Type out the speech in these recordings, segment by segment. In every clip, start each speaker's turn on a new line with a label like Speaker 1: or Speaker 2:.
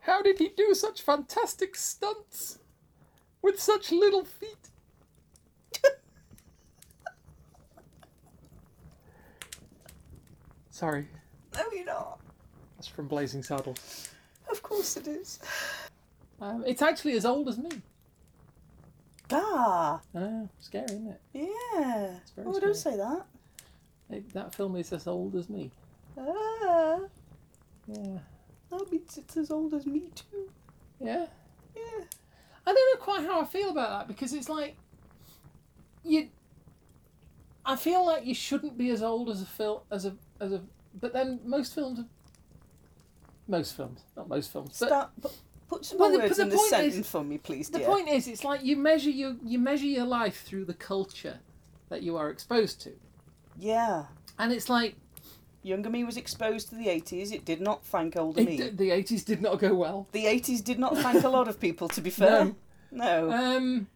Speaker 1: How did he do such fantastic stunts with such little feet? Sorry,
Speaker 2: No, you're not.
Speaker 1: that's from Blazing Saddles.
Speaker 2: Of course it is.
Speaker 1: Um, it's actually as old as me.
Speaker 2: Ah,
Speaker 1: Ah, scary, isn't it?
Speaker 2: yeah.
Speaker 1: very
Speaker 2: oh,
Speaker 1: scary.
Speaker 2: don't say that.
Speaker 1: It- That film is as old as me.
Speaker 2: Ah,
Speaker 1: Yeah.
Speaker 2: that means it's as old as me too.
Speaker 1: Yeah.
Speaker 2: Yeah.
Speaker 1: I don't know quite how I feel about that because it's like you. I feel like you shouldn't be as old as a film as a as a. But then most films, are, most films, not most films. But
Speaker 2: Start, put, put some
Speaker 1: Well,
Speaker 2: more
Speaker 1: the-
Speaker 2: words
Speaker 1: but
Speaker 2: in
Speaker 1: the
Speaker 2: this
Speaker 1: point is-
Speaker 2: sentence for me, please,
Speaker 1: the
Speaker 2: dear.
Speaker 1: point is, it's like you measure your you measure your life through the culture that you are exposed to,
Speaker 2: Yeah.
Speaker 1: and it's like
Speaker 2: Younger me was exposed to the 80s. It did not thank older me.
Speaker 1: it, the eighties did not go well.
Speaker 2: The 80s did not thank a lot of people, to be fair. No.
Speaker 1: Um,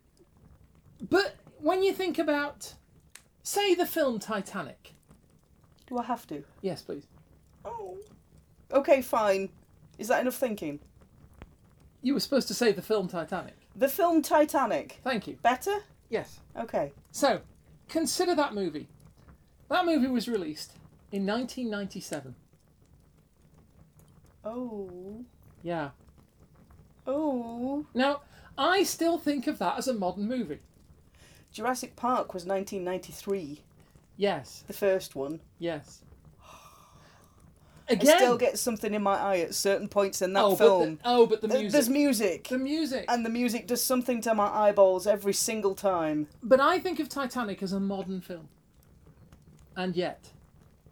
Speaker 1: but when you think about, say, the film Titanic.
Speaker 2: Do I have to?
Speaker 1: Yes, please.
Speaker 2: Oh. Okay, fine. Is that enough thinking?
Speaker 1: You were supposed to say the film Titanic.
Speaker 2: The film Titanic.
Speaker 1: Thank you.
Speaker 2: Better?
Speaker 1: Yes.
Speaker 2: Okay.
Speaker 1: So, consider that movie. That movie was released in 1997.
Speaker 2: Oh.
Speaker 1: Yeah.
Speaker 2: Oh.
Speaker 1: Now, I still think of that as a modern movie.
Speaker 2: Jurassic Park was 1993,
Speaker 1: Yes.
Speaker 2: the first one.
Speaker 1: Yes.
Speaker 2: I
Speaker 1: Again.
Speaker 2: still get something in my eye at certain points in that
Speaker 1: oh,
Speaker 2: film.
Speaker 1: But the, oh, but the
Speaker 2: Th-
Speaker 1: music.
Speaker 2: There's music.
Speaker 1: the music.
Speaker 2: And the music does something to my eyeballs every single time.
Speaker 1: But I think of Titanic as a modern film. And yet,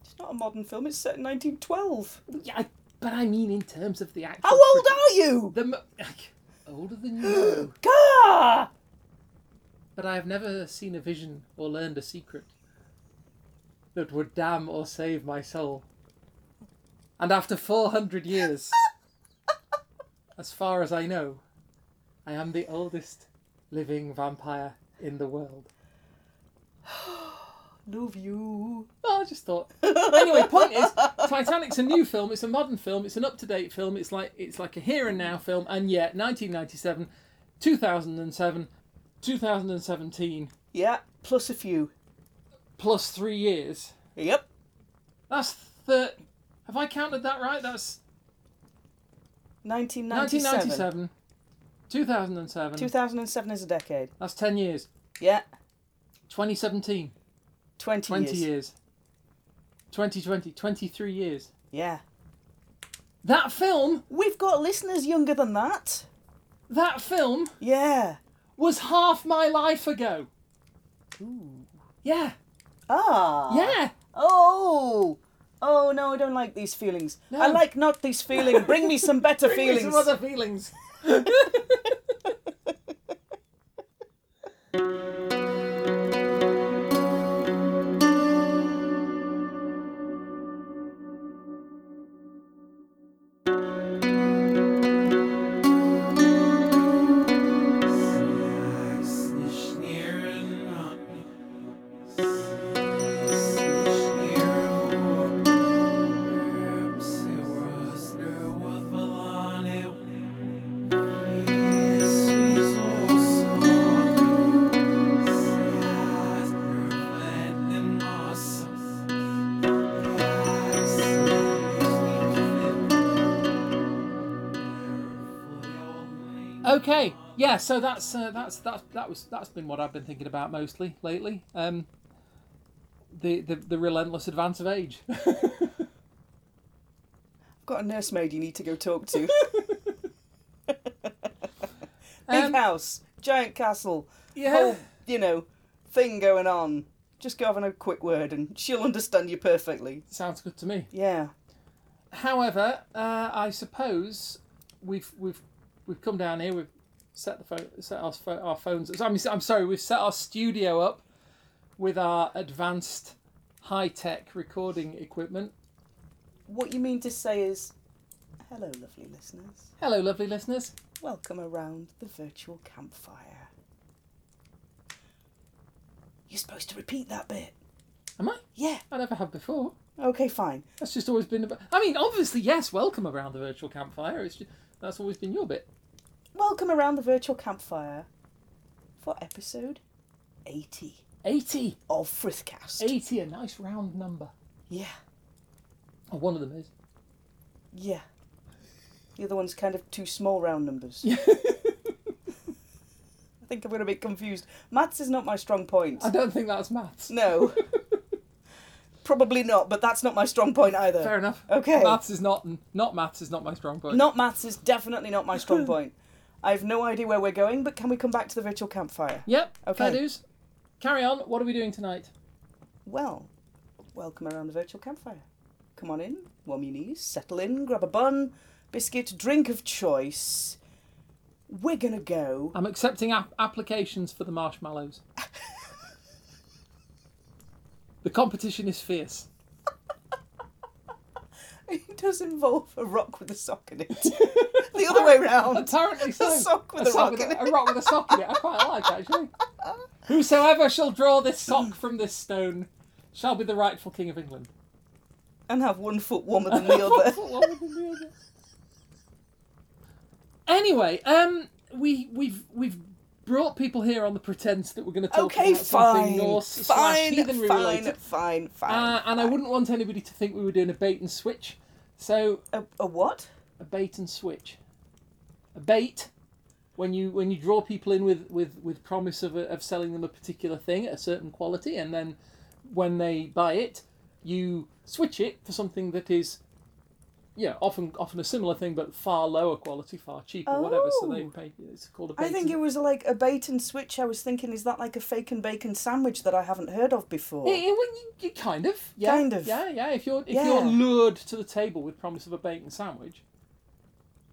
Speaker 2: It's not a modern film, it's set in 1912.
Speaker 1: Yeah, I, but I mean in terms of the actual.
Speaker 2: How old are you?
Speaker 1: The mo- older than you.
Speaker 2: Gah!
Speaker 1: but I have never seen a vision or learned a secret that would damn or save my soul. And after four hundred years, as far as I know, I am the oldest living vampire in the world.
Speaker 2: Love you.
Speaker 1: Oh, I just thought. Anyway, point is, Titanic's a new film. It's a modern film. It's an up-to-date film. It's like it's like a here and now film. And yet, 1997, 2007, 2017,
Speaker 2: Yeah, plus a few.
Speaker 1: plus three years.
Speaker 2: Yep.
Speaker 1: That's the. Have I counted that right? That's
Speaker 2: 1997.
Speaker 1: 1997, 2007.
Speaker 2: 2007 is a decade.
Speaker 1: That's ten years.
Speaker 2: Yeah,
Speaker 1: 2017,
Speaker 2: 20,
Speaker 1: 20
Speaker 2: years.
Speaker 1: years. 2020, 23 years.
Speaker 2: Yeah.
Speaker 1: That film,
Speaker 2: We've got listeners younger than that.
Speaker 1: that film
Speaker 2: Yeah.
Speaker 1: was half my life ago.
Speaker 2: Ooh.
Speaker 1: Yeah,
Speaker 2: Ah.
Speaker 1: yeah.
Speaker 2: Oh. Oh no, I don't like these feelings. I
Speaker 1: No.
Speaker 2: like not these feelings. Bring me some better
Speaker 1: Bring me
Speaker 2: feelings.
Speaker 1: some other feelings. Okay, yeah. So that's uh, that's that's that was that's been what I've been thinking about mostly lately. Um, the the, the relentless advance of age.
Speaker 2: I've got a nursemaid you need to go talk to. Big
Speaker 1: Um,
Speaker 2: house, giant castle,
Speaker 1: yeah.
Speaker 2: whole you know thing going on. Just go having a quick word, and she'll understand you perfectly.
Speaker 1: Sounds good to me.
Speaker 2: Yeah.
Speaker 1: However, uh, I suppose we've we've we've come down here. We've set the phone, set our, pho- our phones. I'm I'm sorry. We've set our studio up with our advanced high tech recording equipment.
Speaker 2: What you mean to say is, hello, lovely listeners.
Speaker 1: Hello, lovely listeners.
Speaker 2: Welcome around the virtual campfire. You're supposed to repeat that bit.
Speaker 1: Am I?
Speaker 2: Yeah.
Speaker 1: I never have before.
Speaker 2: Okay, fine.
Speaker 1: That's just always been. About... I mean, obviously, yes, welcome around the virtual campfire. It's just, that's always been your bit.
Speaker 2: Welcome around the virtual campfire for episode 80
Speaker 1: 80.
Speaker 2: of Frithcast.
Speaker 1: 80, a nice round number.
Speaker 2: Yeah,
Speaker 1: Oh, one of them is.
Speaker 2: yeah. The other one's kind of two small round numbers. I think I'm going to be confused. Maths is not my strong point.
Speaker 1: I don't think that's maths.
Speaker 2: No. Probably not, but that's not my strong point either.
Speaker 1: Fair enough.
Speaker 2: Okay.
Speaker 1: Maths is not not maths is not my strong point.
Speaker 2: Not maths is definitely not my strong point. I have no idea where we're going, but can we come back to the virtual campfire?
Speaker 1: Yep.
Speaker 2: Okay.
Speaker 1: Fair dues. Carry on. What are we doing tonight?
Speaker 2: Well, welcome around the virtual campfire. Come on in, warm your knees, settle in, grab a bun, biscuit, drink of choice. We're gonna go.
Speaker 1: I'm accepting ap- applications for the marshmallows. the competition is fierce.
Speaker 2: It does involve a rock with a sock in it. the other way round.
Speaker 1: Apparently so.
Speaker 2: sock with a rock in
Speaker 1: a, a rock with a sock in it. I quite like actually. Whosoever shall draw this sock from this stone shall be the rightful king of England.
Speaker 2: And have one foot warmer than the other.
Speaker 1: What would we do then? anyway, um, we we've we've brought people here on the pretense that we're going to talk
Speaker 2: Okay,
Speaker 1: about something
Speaker 2: fine.
Speaker 1: Norse slash
Speaker 2: Fine,
Speaker 1: heathenry
Speaker 2: fine,
Speaker 1: related,
Speaker 2: fine, fine.
Speaker 1: uh, and I wouldn't want anybody to think we were doing a bait and switch. So
Speaker 2: A, a what?
Speaker 1: a bait and switch. A bait when you when you draw people in with with with promise of a, of selling them a particular thing at a certain quality, and then when they buy it, you switch it for something that is. Yeah, often often a similar thing, but far lower quality, far cheaper, whatever. So they
Speaker 2: Oh.
Speaker 1: pay. It's called a bait.
Speaker 2: I think
Speaker 1: and-
Speaker 2: it was like a bait and switch. I was thinking, is that like a fake and bacon sandwich that I haven't heard of before?
Speaker 1: Yeah, yeah, well, you, you kind of. Yeah,
Speaker 2: Kind of.
Speaker 1: Yeah, yeah. If you're if
Speaker 2: Yeah.
Speaker 1: you're lured to the table with promise of a bacon sandwich,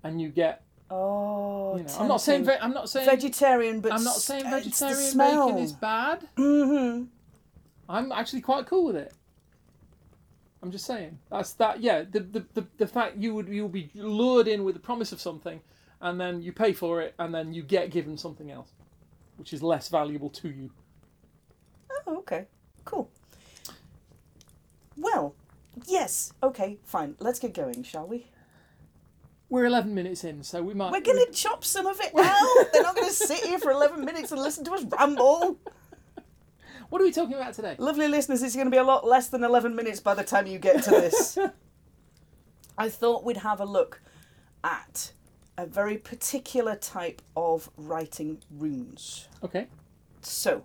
Speaker 1: and you get,
Speaker 2: Oh,
Speaker 1: you know, I'm not saying
Speaker 2: tempting.
Speaker 1: ve- I'm not saying
Speaker 2: vegetarian, but
Speaker 1: I'm not
Speaker 2: s-
Speaker 1: saying
Speaker 2: uh, it's the
Speaker 1: vegetarian
Speaker 2: smell.
Speaker 1: bacon is bad.
Speaker 2: hmm
Speaker 1: I'm actually quite cool with it. I'm just saying. That's that. Yeah, the the, the, the fact you would you'll be lured in with the promise of something, and then you pay for it, and then you get given something else, which is less valuable to you.
Speaker 2: Oh, okay, cool. Well, yes, okay, fine. Let's get going, shall we?
Speaker 1: We're 11 minutes in, so Uh, we might.
Speaker 2: We're gonna chop some of it out. They're not gonna sit here for eleven minutes and listen to us ramble.
Speaker 1: What are we talking about today?
Speaker 2: Lovely listeners, it's gonna be a lot less than eleven minutes by the time you get to this. I thought we'd have a look at a very particular type of writing runes.
Speaker 1: okay.
Speaker 2: So,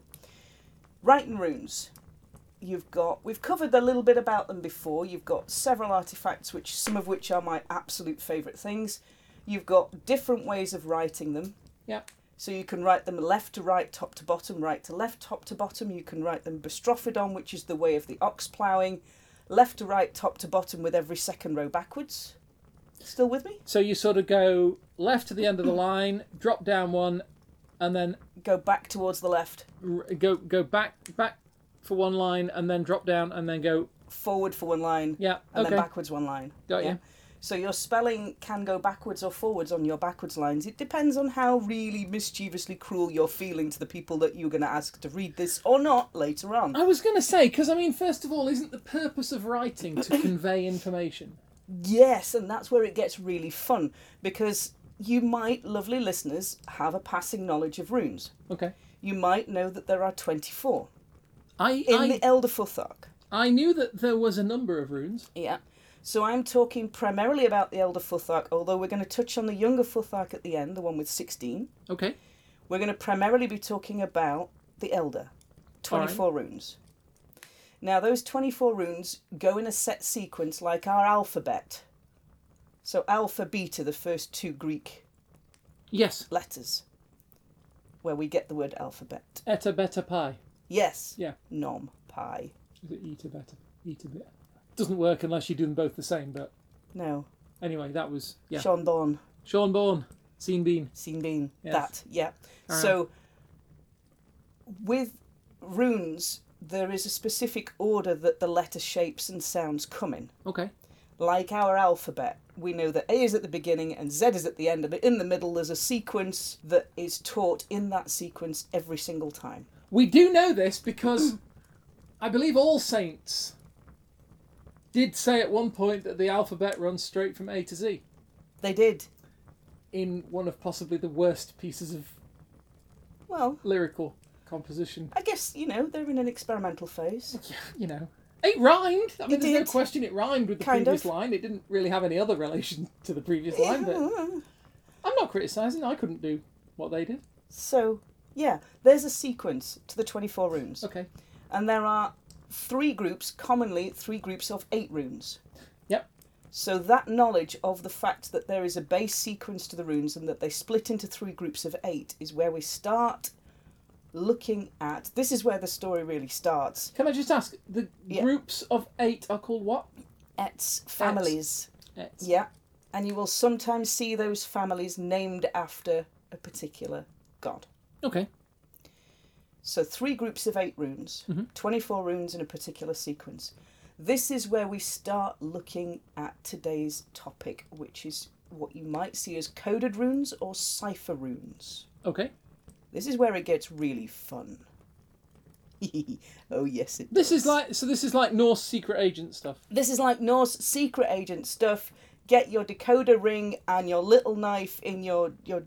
Speaker 2: writing runes. You've got, we've covered a little bit about them before. You've got several artifacts, which some of which are my absolute favourite things. You've got different ways of writing them.
Speaker 1: Yeah.
Speaker 2: So you can write them left to right, top to bottom, right to left, top to bottom. You can write them bastrophodon, which is the way of the ox ploughing, left to right, top to bottom, with every second row backwards. Still with me?
Speaker 1: So you sort of go left to the end of the line, drop down one, and then
Speaker 2: Go back towards the left,
Speaker 1: r- go go back back for one line, and then drop down, and then go
Speaker 2: forward for one line,
Speaker 1: yeah.
Speaker 2: and
Speaker 1: okay.
Speaker 2: then backwards one line.
Speaker 1: Got
Speaker 2: yeah.
Speaker 1: you.
Speaker 2: So your spelling can go backwards or forwards on your backwards lines. It depends on how really mischievously cruel you're feeling to the people that you're going to ask to read this or not later on.
Speaker 1: I was going to say because I mean, first of all, isn't the purpose of writing to convey information?
Speaker 2: Yes, and that's where it gets really fun because you might, lovely listeners, have a passing knowledge of runes.
Speaker 1: Okay.
Speaker 2: You might know that there are 24
Speaker 1: I
Speaker 2: in
Speaker 1: I,
Speaker 2: the Elder Futhark.
Speaker 1: I knew that there was a number of runes.
Speaker 2: Yeah. So I'm talking primarily about the Elder Futhark, although we're going to touch on the Younger Futhark at the end, the one with 16.
Speaker 1: Okay.
Speaker 2: We're going to primarily be talking about the Elder, 24 runes. Now, those 24 runes go in a set sequence like our alphabet. So, alpha, beta, the first two Greek
Speaker 1: Yes.
Speaker 2: letters, where we get the word alphabet.
Speaker 1: Eta beta pi.
Speaker 2: Yes.
Speaker 1: Yeah.
Speaker 2: Nom, pi.
Speaker 1: Is it eta beta? Eta beta. Doesn't work unless you do them both the same. But
Speaker 2: No.
Speaker 1: anyway, that was yeah.
Speaker 2: Chandon,
Speaker 1: Sean Bourne, Scene Bean.
Speaker 2: seen being
Speaker 1: Yes. Uh-huh.
Speaker 2: that. Yeah.
Speaker 1: All
Speaker 2: So, with runes, there is a specific order that the letter shapes and sounds come in.
Speaker 1: Okay.
Speaker 2: like our alphabet, we know that A is at the beginning and Z is at the end, and in the middle there's a sequence that is taught in that sequence every single time.
Speaker 1: We do know this because I believe All Saints did say at one point that the alphabet runs straight from A to Z
Speaker 2: They did.
Speaker 1: in one of possibly the worst pieces of
Speaker 2: Well,
Speaker 1: lyrical composition.
Speaker 2: I guess, you know, they're in an experimental phase.
Speaker 1: You know, it rhymed. I mean,
Speaker 2: It
Speaker 1: there's
Speaker 2: did.
Speaker 1: no question it rhymed with the
Speaker 2: Kind
Speaker 1: previous
Speaker 2: of.
Speaker 1: line. It didn't really have any other relation to the previous line, but I'm not criticising. I couldn't do what they did.
Speaker 2: So, yeah, there's a sequence to the 24 runes.
Speaker 1: Okay.
Speaker 2: And there are three groups, commonly three groups of eight runes.
Speaker 1: Yep.
Speaker 2: So that knowledge of the fact that there is a base sequence to the runes and that they split into three groups of eight is where we start looking at. This is where the story really starts.
Speaker 1: Can I just ask? The
Speaker 2: Yeah.
Speaker 1: groups of eight are called what?
Speaker 2: Ets families.
Speaker 1: Ets.
Speaker 2: Yeah. And you will sometimes see those families named after a particular god.
Speaker 1: Okay.
Speaker 2: So three groups of eight runes,
Speaker 1: Mm-hmm.
Speaker 2: 24 runes in a particular sequence. This is where we start looking at today's topic, which is what you might see as coded runes or cipher runes.
Speaker 1: Okay.
Speaker 2: This is where it gets really fun. oh yes, it.
Speaker 1: This is
Speaker 2: does.
Speaker 1: like so. This is like Norse secret agent stuff.
Speaker 2: this is like Norse secret agent stuff. Get your decoder ring and your little knife in your your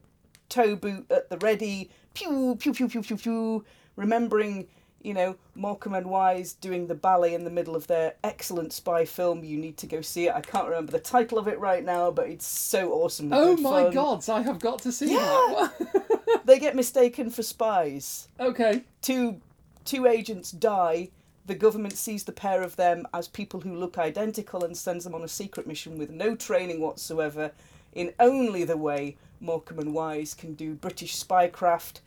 Speaker 2: toe boot at the ready. Pew pew pew pew pew pew. Remembering, you know, Morecambe and Wise doing the ballet in the middle of their excellent spy film. You need to go see it. I can't remember the title of it right now, but it's so awesome.
Speaker 1: Oh my gods! I have got to see that.
Speaker 2: They get mistaken for spies
Speaker 1: okay.
Speaker 2: two two agents die the government sees the pair of them as people who look identical and sends them on a secret mission with no training whatsoever in only the way Morecambe and Wise can do British spycraft.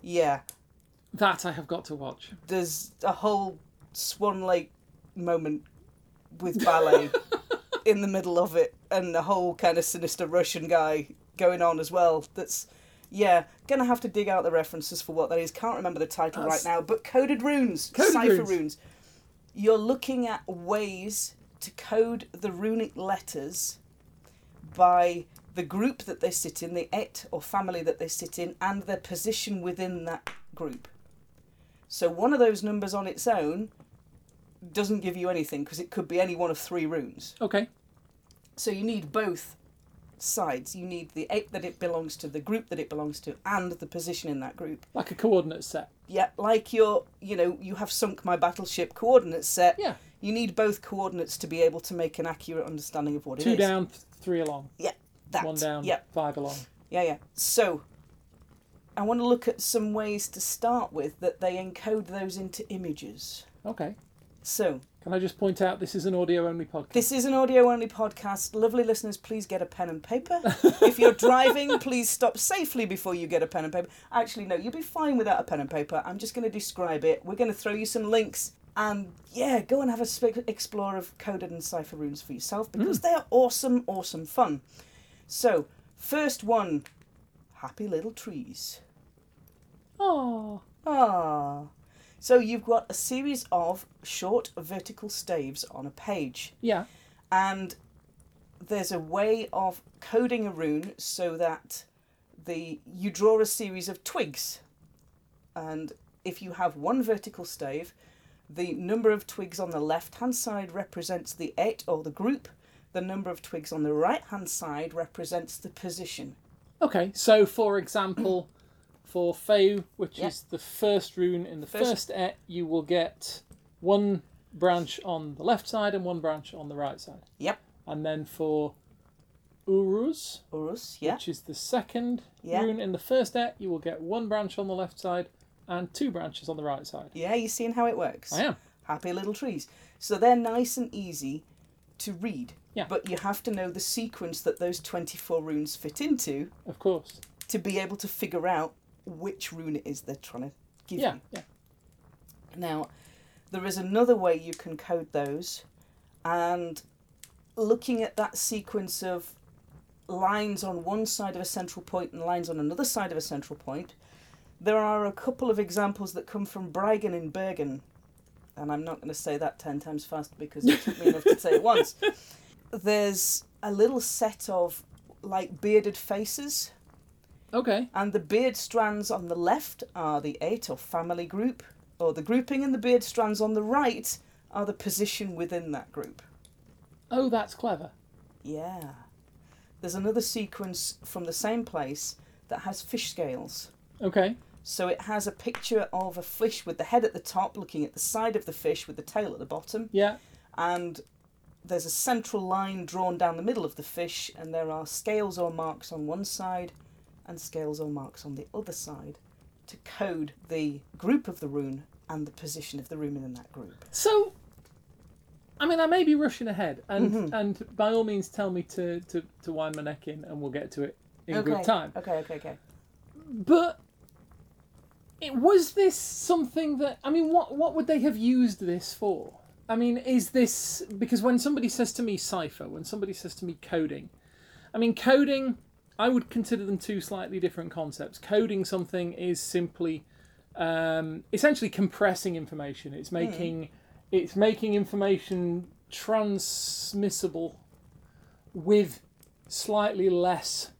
Speaker 2: Yeah,
Speaker 1: That I have got to watch.
Speaker 2: there's a whole Swan Lake moment with ballet in the middle of it, and the whole kind of sinister Russian guy going on as well. That's yeah, gonna have to dig out the references for what that is. Can't remember the title
Speaker 1: That's-
Speaker 2: right now, but coded runes,
Speaker 1: Coded
Speaker 2: cipher
Speaker 1: runes.
Speaker 2: runes. You're looking at ways to code the runic letters by the group that they sit in, the et or family that they sit in, and their position within that group. So one of those numbers on its own doesn't give you anything because it could be any one of three runes.
Speaker 1: Okay.
Speaker 2: So you need both sides. You need the eight that it belongs to, the group that it belongs to, and the position in that group.
Speaker 1: Like a coordinate set.
Speaker 2: Yeah, like your, you know, you have sunk my battleship coordinate set.
Speaker 1: Yeah.
Speaker 2: You need both coordinates to be able to make an accurate understanding of what
Speaker 1: Two
Speaker 2: it is.
Speaker 1: down, th- three along.
Speaker 2: Yeah, that.
Speaker 1: One down,
Speaker 2: Yeah,
Speaker 1: five along.
Speaker 2: yeah, yeah. So I want to look at some ways to start with that they encode those into images.
Speaker 1: Okay.
Speaker 2: So
Speaker 1: Can I just point out this is an audio only podcast?
Speaker 2: This is an audio only podcast. Lovely listeners, please get a pen and paper. if you're driving, please stop safely before you get a pen and paper. Actually, no, you'll be fine without a pen and paper. I'm just going to describe it. We're going to throw you some links. And yeah, go and have a sp- explore of coded and cipher runes for yourself because they are awesome, awesome fun. So, first one happy little trees.
Speaker 1: Oh.
Speaker 2: Ah. So, you've got a series of short vertical staves on a page
Speaker 1: Yeah.
Speaker 2: and there's a way of coding a rune so that the you draw a series of twigs and if you have one vertical stave the number of twigs on the left hand side represents the et or the group the number of twigs on the right hand side represents the position
Speaker 1: Okay. So, for example, for Feu, which
Speaker 2: Yeah.
Speaker 1: is the first rune in the
Speaker 2: First-
Speaker 1: first, et, you will get one branch on the left side and one branch on the right side.
Speaker 2: yep
Speaker 1: And then for Uruz,
Speaker 2: urus yeah
Speaker 1: which is the second
Speaker 2: Yeah.
Speaker 1: rune in the first et, you will get one branch on the left side and two branches on the right side.
Speaker 2: yeah you seeing how it works
Speaker 1: I am.
Speaker 2: happy little trees. So they're nice and easy to read.
Speaker 1: Yeah.
Speaker 2: But you have to know the sequence that those 24 runes fit into
Speaker 1: Of course.
Speaker 2: to be able to figure out which rune it is they're trying to give
Speaker 1: Yeah.
Speaker 2: you.
Speaker 1: Yeah.
Speaker 2: Now, there is another way you can code those, and looking at that sequence of lines on one side of a central point and lines on another side of a central point, there are a couple of examples that come from Bregen in Bergen, and I'm not going to say that 10 times fast because it took me enough to say it once. There's a little set of like bearded faces
Speaker 1: Okay.
Speaker 2: and the beard strands on the left are the eight or family group, or the grouping, and the beard strands on the right are the position within that group.
Speaker 1: Oh, that's clever.
Speaker 2: Yeah. There's another sequence from the same place that has fish scales.
Speaker 1: Okay.
Speaker 2: So it has a picture of a fish with the head at the top looking at the side of the fish with the tail at the bottom.
Speaker 1: Yeah.
Speaker 2: And there's a central line drawn down the middle of the fish, and there are scales or marks on one side and scales or marks on the other side to code the group of the rune and the position of the rumen in that group.
Speaker 1: So, I mean, I may be rushing ahead, and and by all means, tell me to, to to wind my neck in, and we'll get to it in good time.
Speaker 2: Okay, okay, okay.
Speaker 1: But it was this something that I mean, what what would they have used this for? I mean, is this because when somebody says to me cipher, when somebody says to me coding, I mean coding, I would consider them two slightly different concepts. Coding something is simply um, essentially compressing information. It's making it's making information transmissible with slightly less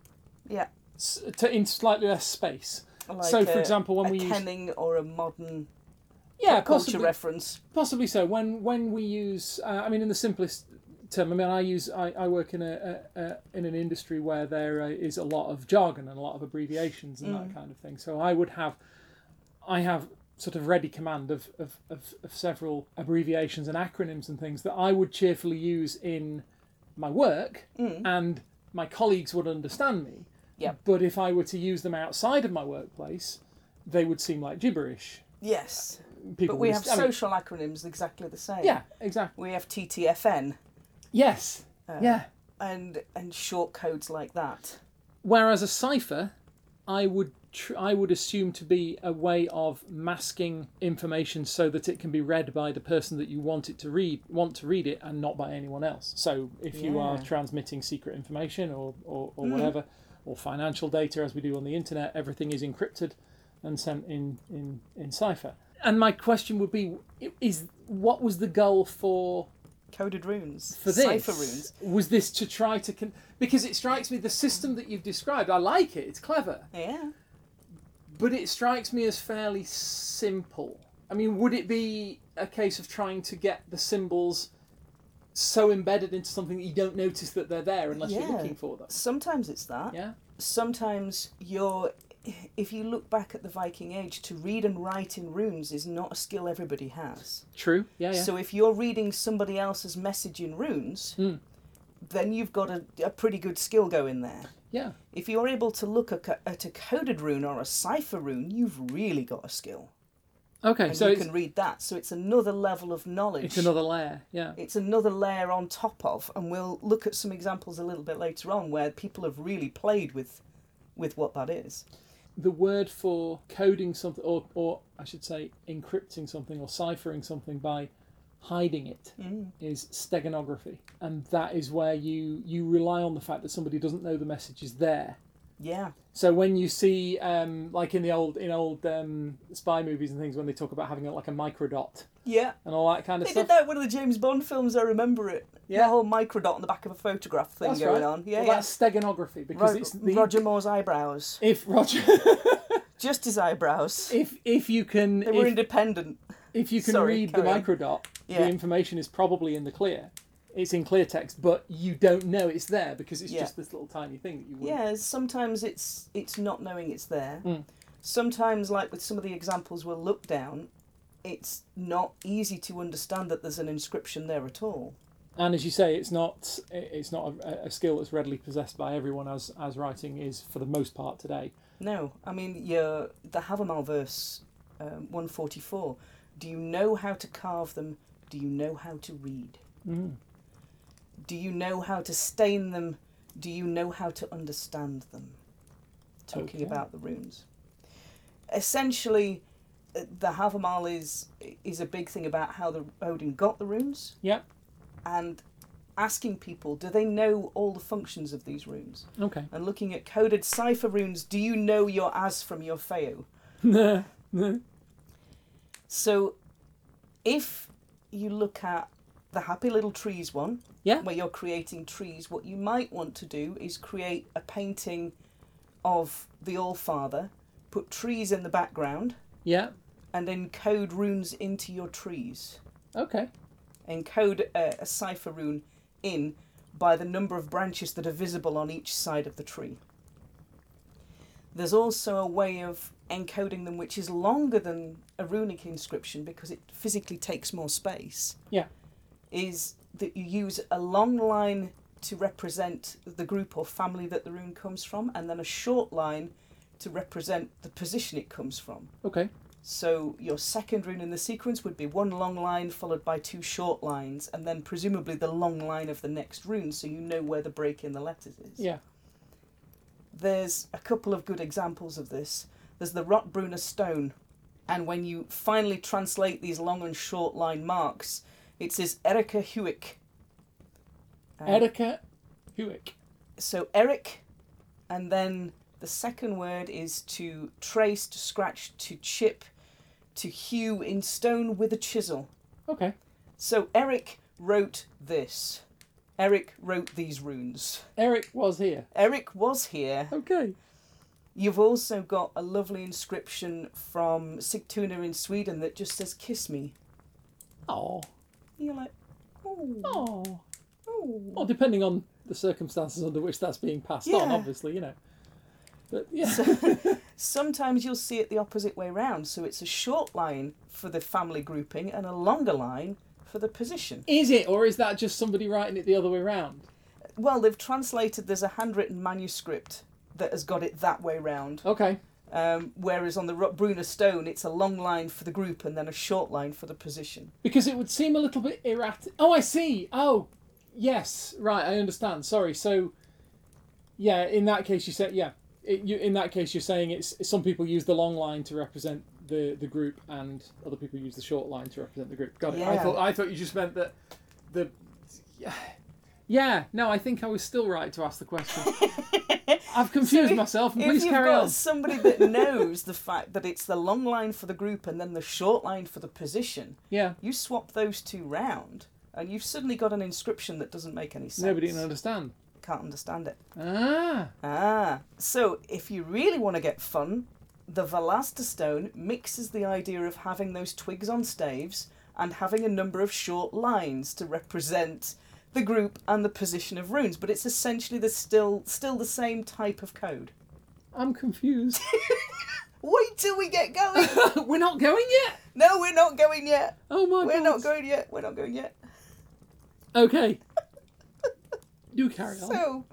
Speaker 2: Yeah.
Speaker 1: s- to, in slightly less space.
Speaker 2: Like
Speaker 1: So, for
Speaker 2: a-
Speaker 1: example, when
Speaker 2: a
Speaker 1: we use-
Speaker 2: kenning or a modern
Speaker 1: Yeah,
Speaker 2: culture
Speaker 1: possibly.
Speaker 2: reference.
Speaker 1: Possibly so. When when we use, uh, I mean, in the simplest term, I mean, I use, I, I work in a, a, a in an industry where there uh, is a lot of jargon and a lot of abbreviations and
Speaker 2: Mm.
Speaker 1: that kind of thing. So I would have, I have sort of ready command of, of, of, of several abbreviations and acronyms and things that I would cheerfully use in my work
Speaker 2: Mm.
Speaker 1: and my colleagues would understand me.
Speaker 2: Yep.
Speaker 1: But if I were to use them outside of my workplace, they would seem like gibberish.
Speaker 2: Yes.
Speaker 1: People
Speaker 2: But we
Speaker 1: would
Speaker 2: have
Speaker 1: I mean,
Speaker 2: social acronyms exactly the same.
Speaker 1: yeah, exactly.
Speaker 2: We have TTFN
Speaker 1: Yes.
Speaker 2: Uh.
Speaker 1: yeah.
Speaker 2: and and short codes like that.
Speaker 1: Whereas a cipher, I would tr- I would assume to be a way of masking information so that it can be read by the person that you want it to read want to read it and not by anyone else. So if you are
Speaker 2: Yeah. Hmm.
Speaker 1: transmitting secret information or or, or whatever or financial data as we do on the internet, everything is encrypted and sent in in in cipher. And my question would be is what was the goal for
Speaker 2: Coded runes.
Speaker 1: for this
Speaker 2: Cipher runes.
Speaker 1: was this to try to con- because it strikes me the system that you've described i like it it's clever
Speaker 2: Yeah.
Speaker 1: but it strikes me as fairly simple i mean would it be a case of trying to get the symbols so embedded into something that you don't notice that they're there unless you're
Speaker 2: Yeah.
Speaker 1: looking for them
Speaker 2: Sometimes it's that.
Speaker 1: yeah
Speaker 2: Sometimes you're if you look back at the Viking Age, to read and write in runes is not a skill everybody has.
Speaker 1: true Oh, yeah yeah
Speaker 2: So if you're reading somebody else's message in runes,
Speaker 1: Hmm.
Speaker 2: then you've got a, a pretty good skill going there.
Speaker 1: yeah
Speaker 2: If you're able to look a co- at a coded rune or a cipher rune, you've really got a skill.
Speaker 1: okay
Speaker 2: And
Speaker 1: so
Speaker 2: you
Speaker 1: it's,
Speaker 2: can read that. So it's another level of knowledge.
Speaker 1: it's another layer yeah
Speaker 2: It's another layer on top of, and we'll look at some examples a little bit later on where people have really played with with what that is.
Speaker 1: the word for coding something or, or i should say encrypting something or ciphering something by hiding it is
Speaker 2: Mm.
Speaker 1: steganography and that is where you you rely on the fact that somebody doesn't know the message is there
Speaker 2: Yeah.
Speaker 1: so when you see um, like in the old in old um, spy movies and things when they talk about having like a microdot
Speaker 2: Yeah.
Speaker 1: and all that kind of
Speaker 2: They
Speaker 1: stuff
Speaker 2: did that in one of the James Bond films, I remember it.
Speaker 1: Yeah.
Speaker 2: The whole microdot on the back of a photograph thing
Speaker 1: that's
Speaker 2: going
Speaker 1: right.
Speaker 2: on. Yeah,
Speaker 1: well,
Speaker 2: yeah.
Speaker 1: that's steganography because
Speaker 2: Ro-
Speaker 1: it's the
Speaker 2: Roger Moore's eyebrows.
Speaker 1: if roger
Speaker 2: Just his eyebrows.
Speaker 1: if if you can
Speaker 2: They were
Speaker 1: if-
Speaker 2: independent.
Speaker 1: If you can
Speaker 2: Sorry,
Speaker 1: read the
Speaker 2: carry on.
Speaker 1: microdot, the
Speaker 2: Yeah.
Speaker 1: information is probably in the clear. It's in clear text, but you don't know it's there because it's
Speaker 2: Yeah.
Speaker 1: just this little tiny thing that you wouldn't.
Speaker 2: Yeah, sometimes it's it's not knowing it's there.
Speaker 1: Mm.
Speaker 2: Sometimes, like with some of the examples we'll look down, it's not easy to understand that there's an inscription there at all.
Speaker 1: And as you say, it's not it's not a, a skill that's readily possessed by everyone as as writing is for the most part today.
Speaker 2: No, I mean your the Havamal verse, um, one forty four. Do you know how to carve them? Do you know how to read?
Speaker 1: Mm.
Speaker 2: Do you know how to stain them? Do you know how to understand them? Talking
Speaker 1: Okay.
Speaker 2: about the runes. Essentially, uh, the Havamal is is a big thing about how the Odin got the runes
Speaker 1: Yep.
Speaker 2: and asking people, do they know all the functions of these runes?
Speaker 1: Okay.
Speaker 2: And looking at coded cipher runes, do you know your as from your feo? So, if you look at the happy little trees one,
Speaker 1: Yeah.
Speaker 2: where you're creating trees, what you might want to do is create a painting of the All Father, put trees in the background,
Speaker 1: yeah.
Speaker 2: and encode runes into your trees.
Speaker 1: Okay.
Speaker 2: Encode a, a cipher rune in by the number of branches that are visible on each side of the tree. There's also a way of encoding them which is longer than a runic inscription because it physically takes more space.
Speaker 1: Yeah.
Speaker 2: Is that you use a long line to represent the group or family that the rune comes from, and then a short line to represent the position it comes from.
Speaker 1: Okay.
Speaker 2: So your second rune in the sequence would be one long line followed by two short lines, and then presumably the long line of the next rune, so you know where the break in the letters is.
Speaker 1: Yeah.
Speaker 2: There's a couple of good examples of this. There's the Rotbrunner stone, and when you finally translate these long and short line marks, it says Erika Huick. Uh,
Speaker 1: Erica Hewick.
Speaker 2: so Eric, and then the second word is to trace, to scratch, to chip, to hew in stone with a chisel.
Speaker 1: Okay.
Speaker 2: So Eric wrote this. Eric wrote these runes.
Speaker 1: Eric was here.
Speaker 2: Eric was here.
Speaker 1: Okay.
Speaker 2: You've also got a lovely inscription from Sigtuna in Sweden that just says "Kiss me."
Speaker 1: Oh.
Speaker 2: And you're like, oh,
Speaker 1: Oh.
Speaker 2: oh.
Speaker 1: Well, depending on the circumstances under which that's being passed on,
Speaker 2: Yeah.
Speaker 1: obviously, you know. But yeah.
Speaker 2: Sometimes you'll see it the opposite way round, so it's a short line for the family grouping and a longer line for the position.
Speaker 1: is it, or is that just somebody writing it the other way round?
Speaker 2: Well, they've translated, there's a handwritten manuscript that has got it that way round,
Speaker 1: Okay.
Speaker 2: um, whereas on the Ro- Brunner Stone, it's a long line for the group and then a short line for the position.
Speaker 1: Because it would seem a little bit erratic. Oh, I see. Oh, yes. Right, I understand. Sorry. So, yeah, in that case, you said, yeah. It, you, in that case, you're saying it's some people use the long line to represent the, the group, and other people use the short line to represent the group. Got it. I
Speaker 2: Yeah.
Speaker 1: thought I thought you just meant that the yeah yeah. No, I think I was still right to ask the question. I've confused
Speaker 2: if-
Speaker 1: myself. And
Speaker 2: if
Speaker 1: please
Speaker 2: you've
Speaker 1: carry
Speaker 2: got
Speaker 1: on.
Speaker 2: somebody that knows the fact that it's the long line for the group and then the short line for the position,
Speaker 1: Yeah.
Speaker 2: you swap those two round and you've suddenly got an inscription that doesn't make any sense.
Speaker 1: Nobody can understand.
Speaker 2: Can't understand it.
Speaker 1: Ah.
Speaker 2: Ah, so if you really want to get fun, the Velasta stone mixes the idea of having those twigs on staves and having a number of short lines to represent the group and the position of runes, but it's essentially the still still the same type of code.
Speaker 1: I'm confused.
Speaker 2: Wait till we get going.
Speaker 1: We're not going yet.
Speaker 2: no, we're not going yet.
Speaker 1: Oh my
Speaker 2: We're
Speaker 1: god.
Speaker 2: not going yet. We're not going yet.
Speaker 1: Okay. Do carry on.
Speaker 2: So,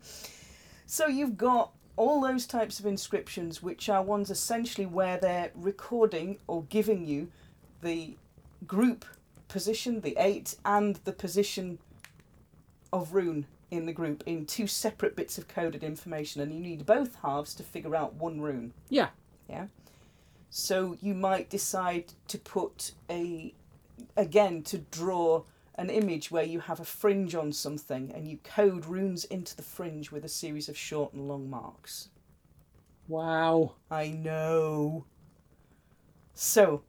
Speaker 2: so you've got all those types of inscriptions, which are ones essentially where they're recording or giving you the group position, the eight, and the position of rune in the group in two separate bits of coded information, and you need both halves to figure out one rune.
Speaker 1: Yeah.
Speaker 2: Yeah. So you might decide to put a again to draw an image where you have a fringe on something and you code runes into the fringe with a series of short and long marks.
Speaker 1: Wow.
Speaker 2: I know. So,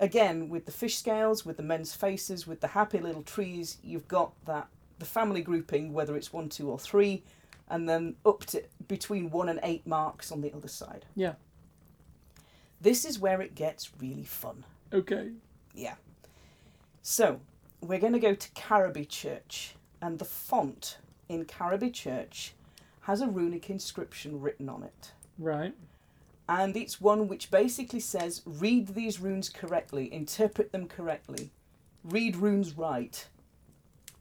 Speaker 2: again, with the fish scales, with the men's faces, with the happy little trees, you've got that the family grouping, whether it's one, two, or three, and then up to between one and eight marks on the other side.
Speaker 1: Yeah.
Speaker 2: This is where it gets really fun.
Speaker 1: Okay.
Speaker 2: Yeah. So, we're going to go to Caribbee Church, and the font in Caribbee Church has a runic inscription written on it.
Speaker 1: Right.
Speaker 2: And it's one which basically says read these runes correctly, interpret them correctly, read runes right,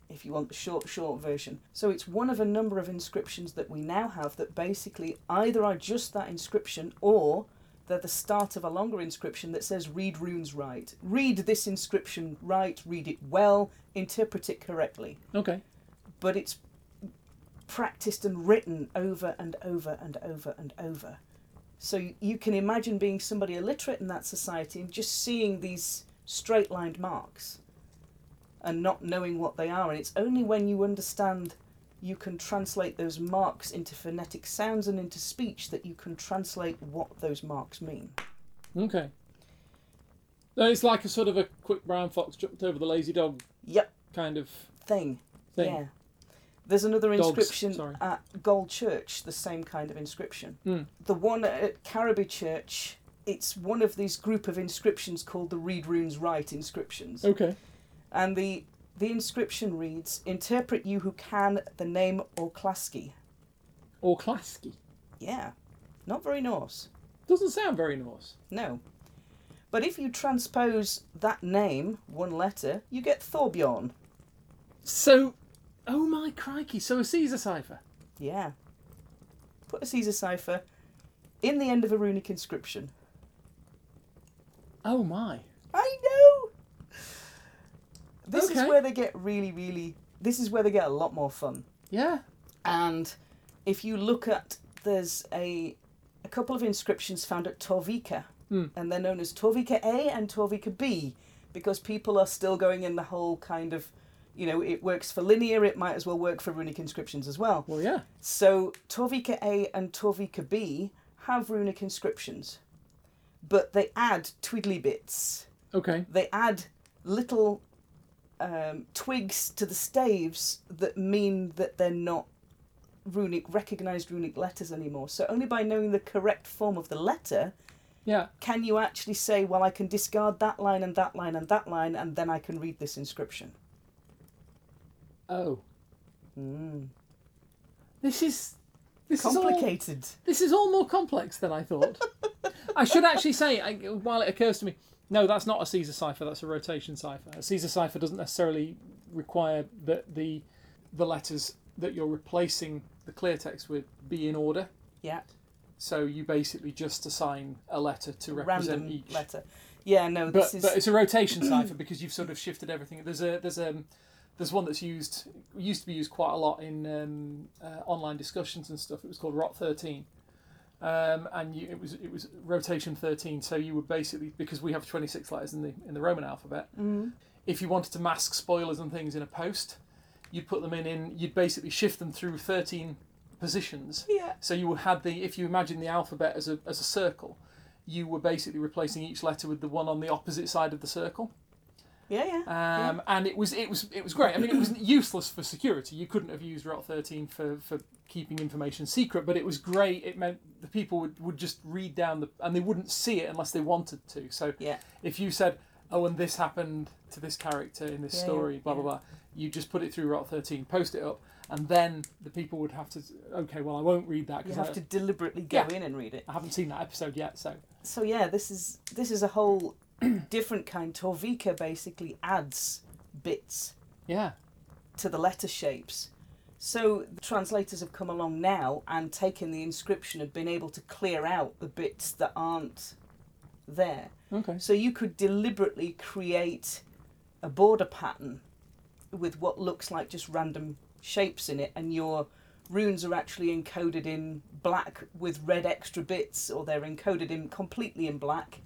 Speaker 2: if you want the short, short version. So it's one of a number of inscriptions that we now have that basically either are just that inscription or they're the start of a longer inscription that says read runes right. Read this inscription right, read it well, interpret it correctly.
Speaker 1: Okay.
Speaker 2: But it's practiced and written over and over and over and over. So y- you can imagine being somebody illiterate in that society and just seeing these straight lined marks and not knowing what they are. And it's only when you understand you can translate those marks into phonetic sounds and into speech that you can translate what those marks mean.
Speaker 1: Okay. No, it's like a sort of a quick brown fox jumped over the lazy dog
Speaker 2: Yep,
Speaker 1: kind of
Speaker 2: thing.
Speaker 1: thing.
Speaker 2: Yeah. There's another
Speaker 1: Dogs,
Speaker 2: inscription
Speaker 1: sorry.
Speaker 2: at Gold Church, the same kind of inscription.
Speaker 1: Hmm.
Speaker 2: The one at Caribbee Church, it's one
Speaker 1: Hmm.
Speaker 2: of these group of inscriptions called the Read Runes Right inscriptions.
Speaker 1: Okay.
Speaker 2: And the The inscription reads Interpret you who can the name Orklaski.
Speaker 1: Or Klasky.
Speaker 2: Yeah, not very Norse.
Speaker 1: Doesn't sound very Norse.
Speaker 2: No. But if you transpose that name, one letter, you get Thorbjorn.
Speaker 1: So, oh my crikey! So a Caesar cipher.
Speaker 2: Yeah. Put a Caesar cipher in the end of a runic inscription.
Speaker 1: Oh my.
Speaker 2: I know! This
Speaker 1: Okay.
Speaker 2: is where they get really, really. This is where they get a lot more fun.
Speaker 1: Yeah.
Speaker 2: And if you look at, there's a, a couple of inscriptions found at Torvika,
Speaker 1: Hmm.
Speaker 2: and they're known as Torvika A and Torvika B, because people are still going in the whole kind of, you know, it works for linear, it might as well work for runic inscriptions as well.
Speaker 1: Well, yeah.
Speaker 2: So Torvika A and Torvika B have runic inscriptions, but they add twiddly bits
Speaker 1: Okay.
Speaker 2: they add little um, twigs to the staves that mean that they're not runic recognized runic letters anymore so only by knowing the correct form of the letter
Speaker 1: Yeah.
Speaker 2: can you actually say well i can discard that line and that line and that line and then i can read this inscription
Speaker 1: Oh,
Speaker 2: mm.
Speaker 1: this is this Is all,
Speaker 2: complicated
Speaker 1: this is all more complex than I thought. I should actually say, I, while it occurs to me, no, that's not a Caesar cipher. That's a rotation cipher. A Caesar cipher doesn't necessarily require that the the letters that you're replacing the clear text with be in order.
Speaker 2: yeah
Speaker 1: So you basically just assign a letter to represent
Speaker 2: random
Speaker 1: each.
Speaker 2: letter yeah no
Speaker 1: But,
Speaker 2: this is
Speaker 1: but it's a rotation cipher because you've sort of shifted everything. There's a there's um there's one that's used used to be used quite a lot in um, uh, online discussions and stuff. It was called Rot thirteen, um, and you, it was it was rotation thirteen. So you would basically because we have twenty six letters in the in the Roman alphabet.
Speaker 2: Mm.
Speaker 1: If you wanted to mask spoilers and things in a post, you'd put them in in you'd basically shift them through thirteen positions
Speaker 2: yeah
Speaker 1: so you had the if you imagine the alphabet as a as a circle, you were basically replacing each letter with the one on the opposite side of the circle.
Speaker 2: yeah yeah
Speaker 1: Um, and it was it was it was great. I mean, it was useless for security. You couldn't have used Rot thirteen for for keeping information secret, but it was great. It meant the people would, would just read down the and they wouldn't see it unless they wanted to. So
Speaker 2: Yeah.
Speaker 1: if you said, "Oh, and this happened to this character in this
Speaker 2: Yeah, yeah,
Speaker 1: story," blah blah blah,
Speaker 2: yeah.
Speaker 1: you just put it through Rot thirteen, post it up, and then the people would have to. Okay, well, I won't read that
Speaker 2: you
Speaker 1: because
Speaker 2: have to deliberately go
Speaker 1: Yeah.
Speaker 2: in and read it
Speaker 1: I haven't seen that episode yet, so
Speaker 2: so yeah, this is this is a whole different kind. Torvika basically adds bits
Speaker 1: yeah,
Speaker 2: to the letter shapes. So the translators have come along now and taken the inscription and been able to clear out the bits that aren't there.
Speaker 1: okay,
Speaker 2: So you could deliberately create a border pattern with what looks like just random shapes in it, and your runes are actually encoded in black with red extra bits, or they're encoded in completely in black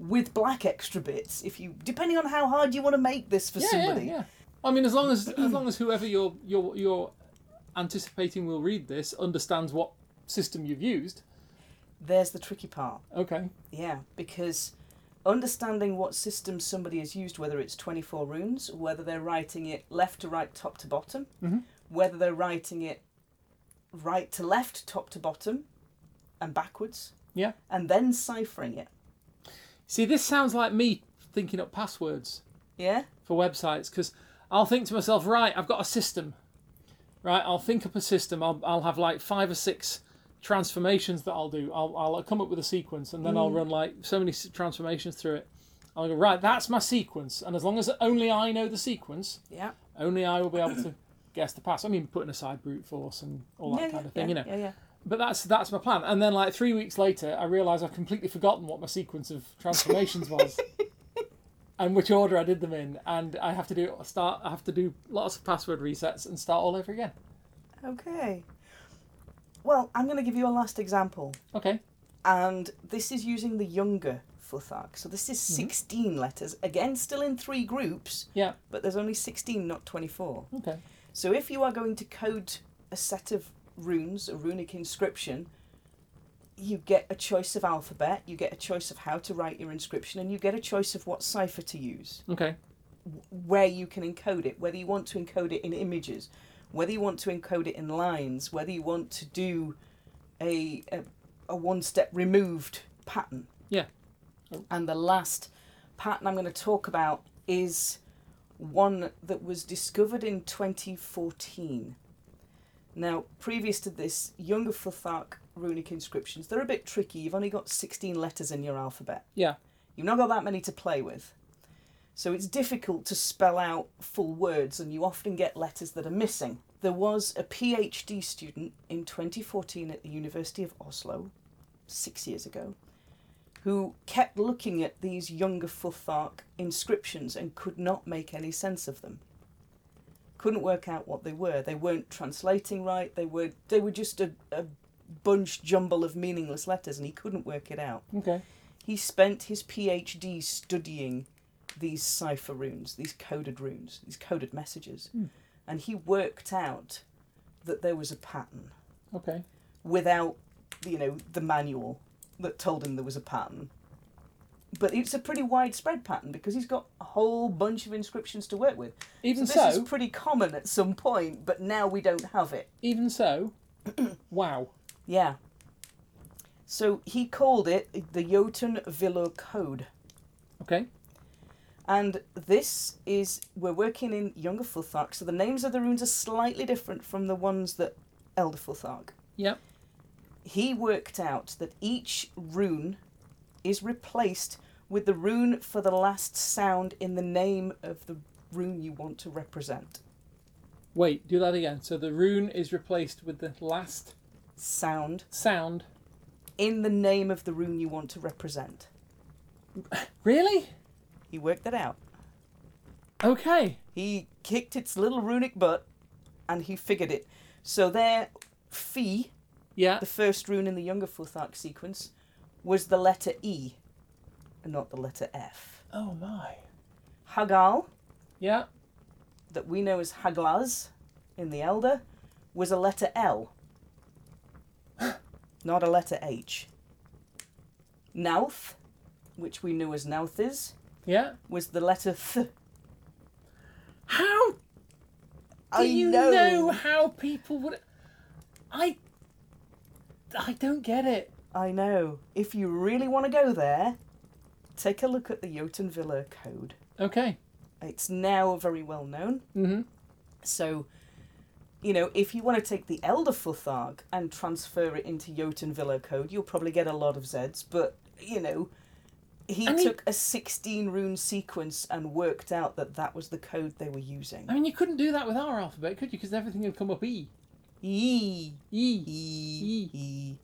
Speaker 2: with black extra bits. If you, depending on how hard you want to make this for
Speaker 1: yeah,
Speaker 2: somebody,
Speaker 1: yeah, yeah. I mean, as long as as long as whoever you're you're you're anticipating will read this understands what system you've used.
Speaker 2: there's the tricky part.
Speaker 1: Okay,
Speaker 2: Yeah, because understanding what system somebody has used, whether it's 24 runes, whether they're writing it left to right, top to bottom,
Speaker 1: Mhm.
Speaker 2: whether they're writing it right to left, top to bottom, and backwards,
Speaker 1: yeah.
Speaker 2: and then ciphering it.
Speaker 1: See, this sounds like me thinking up passwords
Speaker 2: Yeah?
Speaker 1: for websites because I'll think to myself, right, I've got a system, right? I'll think up a system. I'll I'll have like five or six transformations that I'll do. I'll I'll come up with a sequence and then I'll
Speaker 2: Mm.
Speaker 1: run like so many s- transformations through it. I'll go right. That's my sequence, and as long as only I know the sequence,
Speaker 2: Yeah.
Speaker 1: only I will be able to guess the pass. I mean, putting aside brute force and all that
Speaker 2: yeah,
Speaker 1: kind
Speaker 2: yeah,
Speaker 1: of thing,
Speaker 2: yeah,
Speaker 1: you know.
Speaker 2: Yeah, yeah.
Speaker 1: But that's that's my plan. And then like three weeks later, I realise I've completely forgotten what my sequence of transformations was, and which order I did them in. And I have to do start. I have to do lots of password resets and start all over again.
Speaker 2: Okay. Well, I'm going to give you a last example,
Speaker 1: Okay.
Speaker 2: and this is using the younger Futhark. So this is 16 letters, again, still in three groups,
Speaker 1: Mm-hmm. Yeah.
Speaker 2: but there's only 16, not 24.
Speaker 1: Okay.
Speaker 2: So if you are going to code a set of runes, a runic inscription, you get a choice of alphabet, you get a choice of how to write your inscription, and you get a choice of what cipher to use,
Speaker 1: Okay.
Speaker 2: w- where you can encode it, whether you want to encode it in images, whether you want to encode it in lines, whether you want to do a, a, a one step removed pattern.
Speaker 1: Yeah.
Speaker 2: And the last pattern I'm going to talk about is one that was discovered in 2014. Now, previous to this, Younger Futhark runic inscriptions, they're a bit tricky. You've only got 16 letters in your alphabet.
Speaker 1: Yeah.
Speaker 2: You've not got that many to play with. So it's difficult to spell out full words, and you often get letters that are missing. There was a PhD student in 2014 at the University of Oslo, six years ago, who kept looking at these younger Futhark inscriptions and could not make any sense of them. Couldn't work out what they were. They weren't translating right. They were they were just a, a bunch jumble of meaningless letters, and he couldn't work it out.
Speaker 1: Okay.
Speaker 2: He spent his PhD studying these cipher runes, these coded runes, these coded messages,
Speaker 1: Hmm.
Speaker 2: and he worked out that there was a pattern
Speaker 1: Okay.
Speaker 2: without you know the manual that told him there was a pattern but it's a pretty widespread pattern because he's got a whole bunch of inscriptions to work with
Speaker 1: Even
Speaker 2: so
Speaker 1: so,
Speaker 2: this is pretty common at some point but now we don't have it
Speaker 1: even so, wow.
Speaker 2: yeah so he called it the jotun villa code
Speaker 1: Okay.
Speaker 2: and this is we're working in younger futhark so the names of the runes are slightly different from the ones that elder futhark
Speaker 1: Yeah.
Speaker 2: he worked out that each rune is replaced with the rune for the last sound in the name of the rune you want to represent.
Speaker 1: Wait, do that again. So the rune is replaced with the last
Speaker 2: Sound
Speaker 1: sound.
Speaker 2: in the name of the rune you want to represent.
Speaker 1: Really?
Speaker 2: He worked that out.
Speaker 1: Okay.
Speaker 2: He kicked its little runic butt and he figured it. So their fee,
Speaker 1: Yeah.
Speaker 2: the first rune in the Younger Futhark sequence, was the letter E and not the letter F.
Speaker 1: Oh my.
Speaker 2: Hagal
Speaker 1: Yeah.
Speaker 2: that we know as Haglaz in The Elder was a letter L, not a letter H. Nauth, which we knew as Nauthiz,
Speaker 1: Yeah.
Speaker 2: was the letter Th.
Speaker 1: How do
Speaker 2: I
Speaker 1: you how people would? I. I don't get it.
Speaker 2: I know. If you really want to go there, take a look at the Jotun Villa code.
Speaker 1: Okay.
Speaker 2: It's now very well known.
Speaker 1: Mm-hmm.
Speaker 2: So, you know, if you want to take the Elder Futharg and transfer it into Jotun Villa code, you'll probably get a lot of Zeds, but, you know, he
Speaker 1: I mean-
Speaker 2: took a 16 rune sequence and worked out that that was the code they were using.
Speaker 1: I mean, you couldn't do that with our alphabet, could you? Because everything would come up E.
Speaker 2: E.
Speaker 1: E.
Speaker 2: E. E.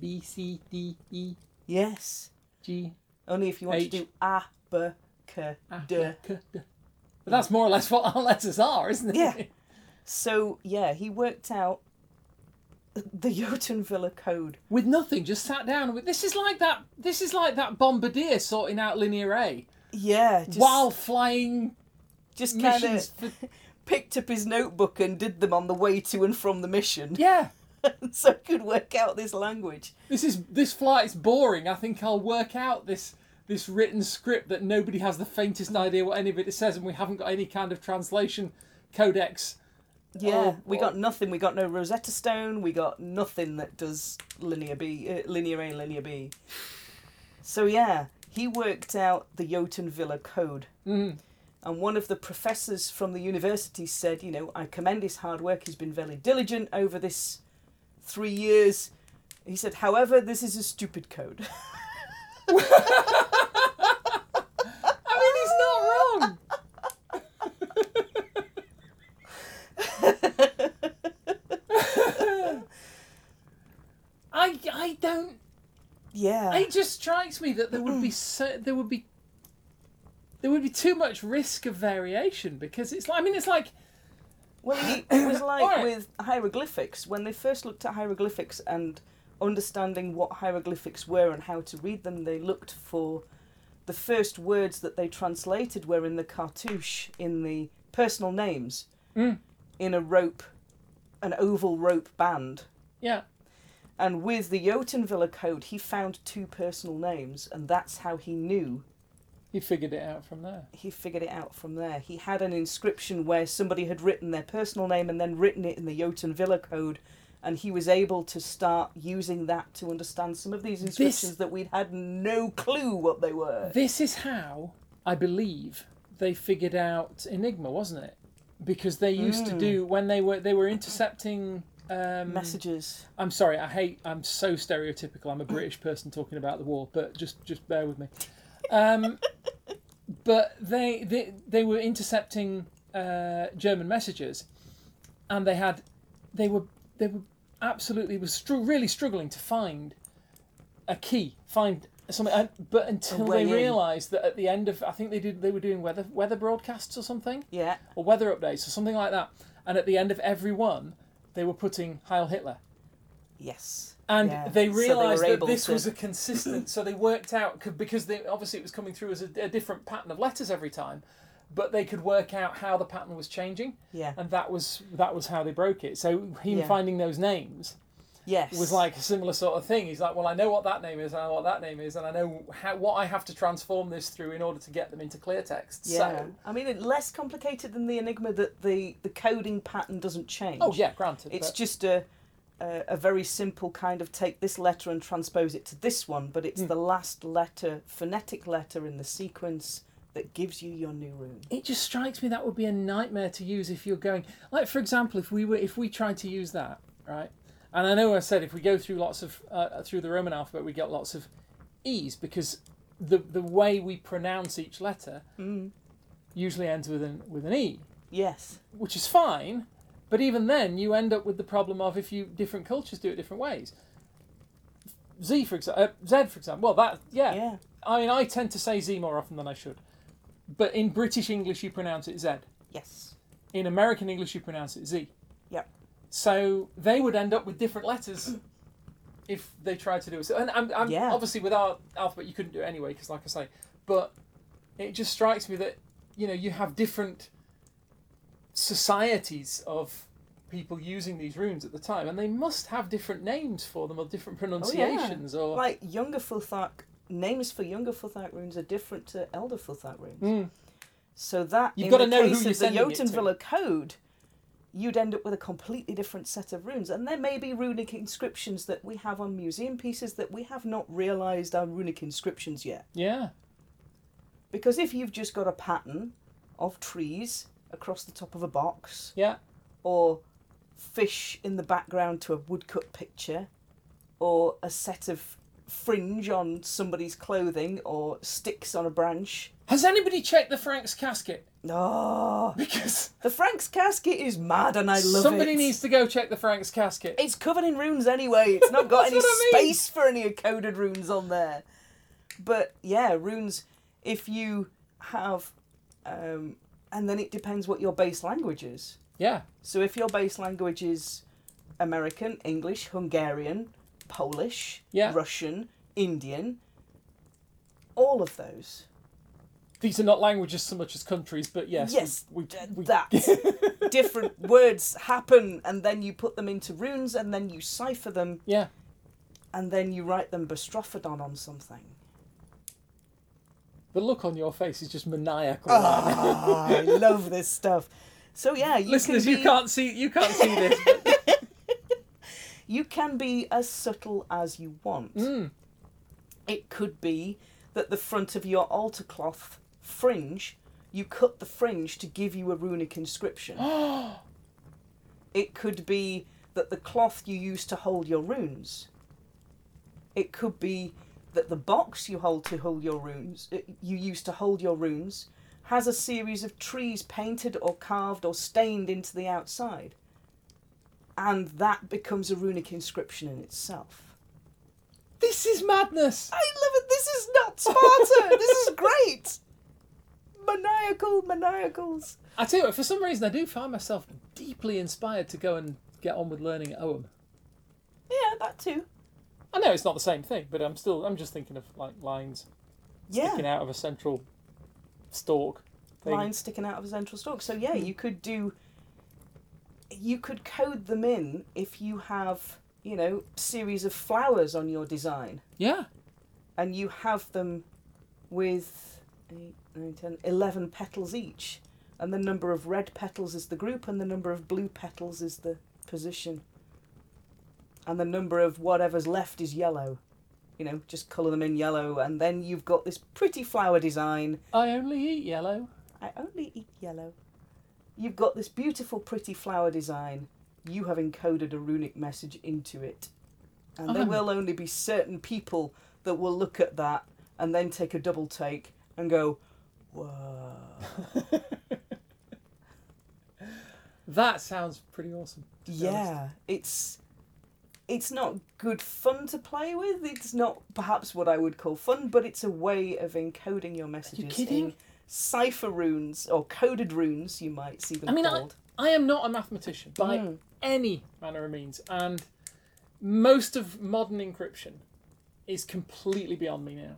Speaker 1: B, C, D, E,
Speaker 2: Yes.
Speaker 1: G,
Speaker 2: Only if you want
Speaker 1: H. Ah,
Speaker 2: to do A, B, K,
Speaker 1: A,
Speaker 2: D.
Speaker 1: K, D. But that's more or less what our letters are, isn't it?
Speaker 2: Yeah. So, yeah, he worked out the Jotun Villa code.
Speaker 1: with nothing, just sat down with this is like that this is like that bombardier sorting out linear A
Speaker 2: Yeah. Just,
Speaker 1: while flying
Speaker 2: just kind
Speaker 1: missions
Speaker 2: of
Speaker 1: for,
Speaker 2: picked up his notebook and did them on the way to and from the mission
Speaker 1: Yeah.
Speaker 2: so could work out this language.
Speaker 1: This is this flight's boring. I think I'll work out this this written script that nobody has the faintest idea what any of it says and we haven't got any kind of translation codex.
Speaker 2: Yeah,
Speaker 1: Oh,
Speaker 2: we
Speaker 1: well.
Speaker 2: got nothing. We got no Rosetta Stone. We got nothing that does linear B, uh, linear A, linear B. So yeah, he worked out the Jotun Villa code.
Speaker 1: Mm.
Speaker 2: And one of the professors from the university said, you know, I commend his hard work. He's been very diligent over this three years. He said, however, this is a stupid code.
Speaker 1: I mean he's not wrong. I I don't
Speaker 2: yeah.
Speaker 1: It just strikes me that there would be so there would be there would be too much risk of variation because it's like I mean it's like
Speaker 2: Well, it it was like
Speaker 1: Alright.
Speaker 2: with hieroglyphics. When they first looked at hieroglyphics and understanding what hieroglyphics were and how to read them, they looked for the first words that they translated were in the cartouche, in the personal names,
Speaker 1: Mm.
Speaker 2: in a rope, an oval rope band.
Speaker 1: yeah
Speaker 2: And with the Jotunvilla code, he found two personal names, and that's how he knew
Speaker 1: he figured it out from there.
Speaker 2: he figured it out from there. He had an inscription where somebody had written their personal name and then written it in the Jotun Villa code, and he was able to start using that to understand some of these inscriptions that we'd had no clue what they were.
Speaker 1: This is how I believe they figured out Enigma, wasn't it? Because they used to do when they were they were intercepting. Um,
Speaker 2: Messages.
Speaker 1: I'm sorry, I hate. I'm so stereotypical. I'm a British person talking about the war, but just just bear with me. Um, but they, they they were intercepting uh, German messages, and they had they were they were absolutely was stru- really struggling to find a key, find something. And, but until
Speaker 2: way
Speaker 1: they
Speaker 2: in.
Speaker 1: realised that at the end of I think they did they were doing weather weather broadcasts or something
Speaker 2: Yeah.
Speaker 1: or weather updates or something like that, and at the end of every one they were putting Heil Hitler.
Speaker 2: Yes.
Speaker 1: And
Speaker 2: Yeah,
Speaker 1: they
Speaker 2: so they were
Speaker 1: realised that
Speaker 2: able
Speaker 1: this
Speaker 2: to-
Speaker 1: was a consistent. so they worked out could, because they obviously it was coming through as a, a different pattern of letters every time, but they could work out how the pattern was changing,
Speaker 2: Yeah.
Speaker 1: and that was that was how they broke it. So him
Speaker 2: Yeah.
Speaker 1: finding those names
Speaker 2: Yes.
Speaker 1: was like a similar sort of thing. He's like, well, I know what that name is, and I know what that name is, and I know how, what I have to transform this through in order to get them into clear text.
Speaker 2: Yeah.
Speaker 1: So,
Speaker 2: I mean, it- less complicated than the Enigma that the, the coding pattern doesn't change.
Speaker 1: oh yeah, granted.
Speaker 2: It's
Speaker 1: but-
Speaker 2: just a, a a very simple kind of take this letter and transpose it to this one, but
Speaker 1: Hmm.
Speaker 2: it's the last letter, phonetic letter in the sequence that gives you your new rune.
Speaker 1: it just strikes me that would be a nightmare to use if you're going like for example if we were if we tried to use that right and i know i said if we go through lots of uh, through the roman alphabet we get lots of e's because the the way we pronounce each letter usually ends with an with an e
Speaker 2: Yes.
Speaker 1: which is fine but even then you end up with the problem of if you different cultures do it different ways z for example uh, z for example well that
Speaker 2: Yeah.
Speaker 1: I mean, I tend to say Z more often than I should. But in British English, you pronounce it Z.
Speaker 2: Yes.
Speaker 1: In American English, you pronounce it Z.
Speaker 2: Yep.
Speaker 1: So they would end up with different letters if they tried to do it. So, and I'm, I'm,
Speaker 2: Yeah.
Speaker 1: obviously, with our alphabet, you couldn't do it anyway, because, like I say, but it just strikes me that, you know, you have different societies of people using these runes at the time, and they must have different names for them or different pronunciations or.
Speaker 2: Oh, Like younger Futhark names for younger Futhark runes are different to elder Futhark runes.
Speaker 1: Mm.
Speaker 2: So that
Speaker 1: You've
Speaker 2: in
Speaker 1: gotta
Speaker 2: the
Speaker 1: know who
Speaker 2: case
Speaker 1: you're
Speaker 2: of the
Speaker 1: sending it to.
Speaker 2: Jotunvilla code, you'd end up with a completely different set of runes. And there may be runic inscriptions that we have on museum pieces that we have not realised are runic inscriptions yet.
Speaker 1: Yeah.
Speaker 2: Because if you've just got a pattern of trees across the top of a box,
Speaker 1: Yeah.
Speaker 2: or fish in the background to a woodcut picture, or a set of fringe on somebody's clothing, or sticks on a branch.
Speaker 1: Has anybody checked the Frank's casket?
Speaker 2: Oh,
Speaker 1: Because
Speaker 2: the Frank's casket is mad, and I love
Speaker 1: somebody
Speaker 2: it.
Speaker 1: needs to go check the Frank's casket.
Speaker 2: It's covered in runes anyway. It's not got
Speaker 1: That's
Speaker 2: any
Speaker 1: what I mean.
Speaker 2: space for any coded runes on there. But yeah, runes. If you have, um, and then it depends what your base language is.
Speaker 1: Yeah,
Speaker 2: So if your base language is American, English, Hungarian, Polish,
Speaker 1: Yeah.
Speaker 2: Russian, Indian, all of those.
Speaker 1: these are not languages so much as countries, but yes, we-
Speaker 2: Yes,
Speaker 1: we,
Speaker 2: d-
Speaker 1: we-
Speaker 2: that. Different words happen, and then you put them into runes, and then you cipher them,
Speaker 1: yeah,
Speaker 2: and then you write them bastrophodon on something.
Speaker 1: the look on your face is just maniacal.
Speaker 2: Ah, I love this stuff. So yeah, you
Speaker 1: Listeners,
Speaker 2: can be,
Speaker 1: you can't see you can't see this. But,
Speaker 2: you can be as subtle as you want.
Speaker 1: Mm.
Speaker 2: It could be that the front of your altar cloth fringe, you cut the fringe to give you a runic inscription. it could be that the cloth you use to hold your runes. It could be that the box you hold to hold your runes, uh, you use to hold your runes, has a series of trees painted or carved or stained into the outside. And that becomes a runic inscription in itself.
Speaker 1: this is madness.
Speaker 2: I love it. This is not Sparta. this is great. Maniacal, maniacals.
Speaker 1: I tell you what, for some reason, I do find myself deeply inspired to go and get on with learning at Owen.
Speaker 2: Yeah, that too.
Speaker 1: I know it's not the same thing, but I'm still I'm just thinking of like lines
Speaker 2: Yeah,
Speaker 1: sticking out of a central stalk. Thing.
Speaker 2: lines sticking out of a central stalk. So yeah, you could do. You could code them in if you have, you know, series of flowers on your design,
Speaker 1: Yeah,
Speaker 2: and you have them with eight, nine, 10, 11 petals each, and the number of red petals is the group, and the number of blue petals is the position, and the number of whatever's left is yellow. You know, just colour them in yellow, and then you've got this pretty flower design.
Speaker 1: I only eat yellow.
Speaker 2: I only eat yellow. You've got this beautiful, pretty flower design. You have encoded a runic message into it. And there
Speaker 1: Um.
Speaker 2: will only be certain people that will look at that and then take a double take and go, whoa.
Speaker 1: That sounds pretty awesome. to be honest.
Speaker 2: Yeah, it's it's not good fun to play with. It's not perhaps what I would call fun, but it's a way of encoding your messages
Speaker 1: kidding?
Speaker 2: in cipher runes or coded runes. You might see them
Speaker 1: I mean, I-
Speaker 2: called.
Speaker 1: I am not a mathematician by
Speaker 2: Mm.
Speaker 1: any manner of means, and most of modern encryption is completely beyond me now.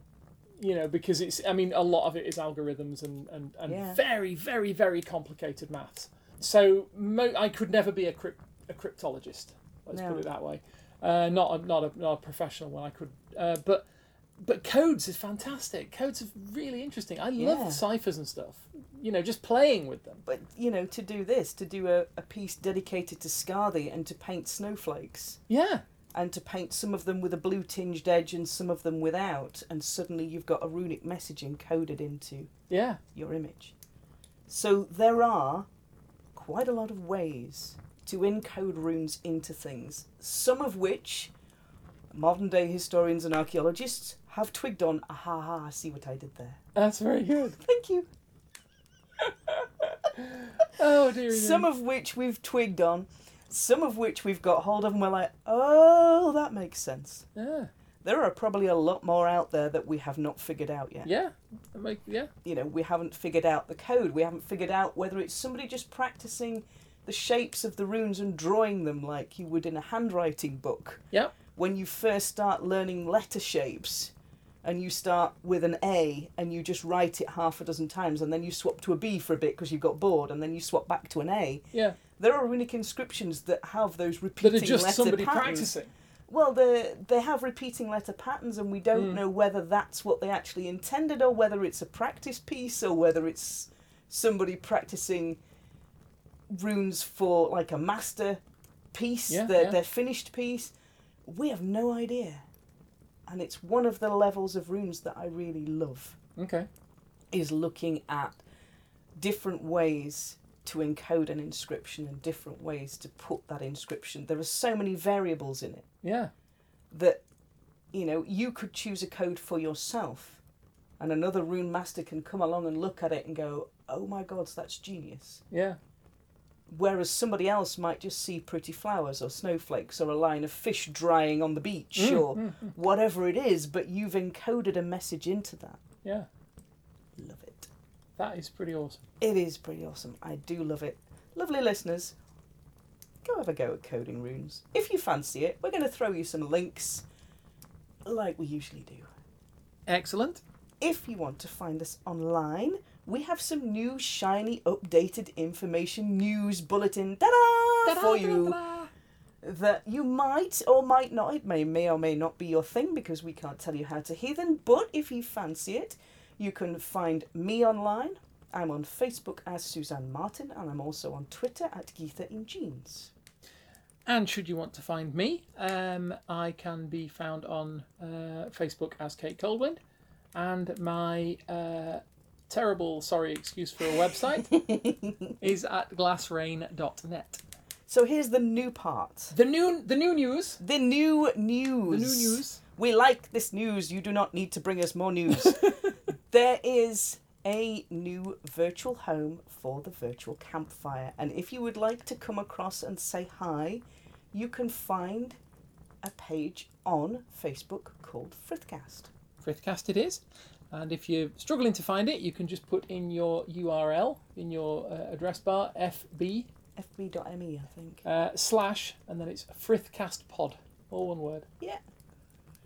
Speaker 1: You know, because it's, I mean, a lot of it is algorithms and, and, and
Speaker 2: Yeah.
Speaker 1: very, very, very complicated maths. So mo- I could never be a, crypt- a cryptologist, let's
Speaker 2: No.
Speaker 1: put it that way. Uh, not, a, not, a, not a professional one, I could. Uh, but but codes is fantastic. Codes are really interesting. I
Speaker 2: Yeah.
Speaker 1: love ciphers and stuff. You know, just playing with them.
Speaker 2: But you know, to do this, to do a, a piece dedicated to Scarthy and to paint snowflakes.
Speaker 1: Yeah.
Speaker 2: And to paint some of them with a blue tinged edge and some of them without, and suddenly you've got a runic message encoded into
Speaker 1: Yeah.
Speaker 2: your image. So there are quite a lot of ways to encode runes into things, some of which modern day historians and archaeologists have twigged on. Aha, aha, I see what I did there.
Speaker 1: That's very good.
Speaker 2: Thank you.
Speaker 1: Oh dear.
Speaker 2: Some of which we've twigged on, some of which we've got hold of and we're like, oh, that makes sense.
Speaker 1: yeah,
Speaker 2: There are probably a lot more out there that we have not figured out yet.
Speaker 1: yeah, I make, yeah,
Speaker 2: you know, we haven't figured out the code. We haven't figured out whether it's somebody just practicing the shapes of the runes and drawing them like you would in a handwriting book.
Speaker 1: Yep.
Speaker 2: When you first start learning letter shapes and you start with an A and you just write it half a dozen times and then you swap to a B for a bit because you got bored and then you swap back to an A.
Speaker 1: yeah.
Speaker 2: There are runic inscriptions that have those
Speaker 1: That
Speaker 2: repeating
Speaker 1: are just
Speaker 2: letter
Speaker 1: somebody
Speaker 2: patterns.
Speaker 1: practicing.
Speaker 2: Well, they they have repeating letter patterns, and we don't
Speaker 1: Mm.
Speaker 2: know whether that's what they actually intended, or whether it's a practice piece, or whether it's somebody practicing runes for like a master piece,
Speaker 1: Yeah,
Speaker 2: their
Speaker 1: yeah.
Speaker 2: their finished piece. We have no idea, and it's one of the levels of runes that I really love
Speaker 1: Okay.
Speaker 2: is looking at different ways to encode an inscription and different ways to put that inscription. There are so many variables in it
Speaker 1: Yeah.
Speaker 2: that you know you could choose a code for yourself and another rune master can come along and look at it and go oh my god that's genius
Speaker 1: Yeah.
Speaker 2: whereas somebody else might just see pretty flowers or snowflakes or a line of fish drying on the beach
Speaker 1: Mm,
Speaker 2: or
Speaker 1: mm, mm.
Speaker 2: whatever it is but you've encoded a message into that
Speaker 1: Yeah.
Speaker 2: love it
Speaker 1: That is pretty awesome.
Speaker 2: it is pretty awesome i do love it lovely listeners go have a go at coding runes if you fancy it we're going to throw you some links like we usually do
Speaker 1: Excellent.
Speaker 2: If you want to find us online, we have some new shiny updated information news bulletin ta-da, for you that you might or might not it may may or may not be your thing because we can't tell you how to heathen but if you fancy it you can find me online i'm on facebook as suzanne martin and i'm also on twitter at geetha in jeans
Speaker 1: And should you want to find me, um, I can be found on uh, Facebook as Kate Coldwind, and my uh, terrible sorry excuse for a website is at glassrain.net.
Speaker 2: so here's the new part
Speaker 1: The new the new news.
Speaker 2: the new news
Speaker 1: The new news.
Speaker 2: We like this news. You do not need to bring us more news. there is a new virtual home for the virtual campfire. And if you would like to come across and say hi, you can find a page on Facebook called Frithcast.
Speaker 1: Frithcast it is. And if you're struggling to find it, you can just put in your URL in your uh, address bar fb
Speaker 2: fb.me, E, I think.
Speaker 1: uh, slash and then it's Frithcast Pod, all one word.
Speaker 2: Yeah.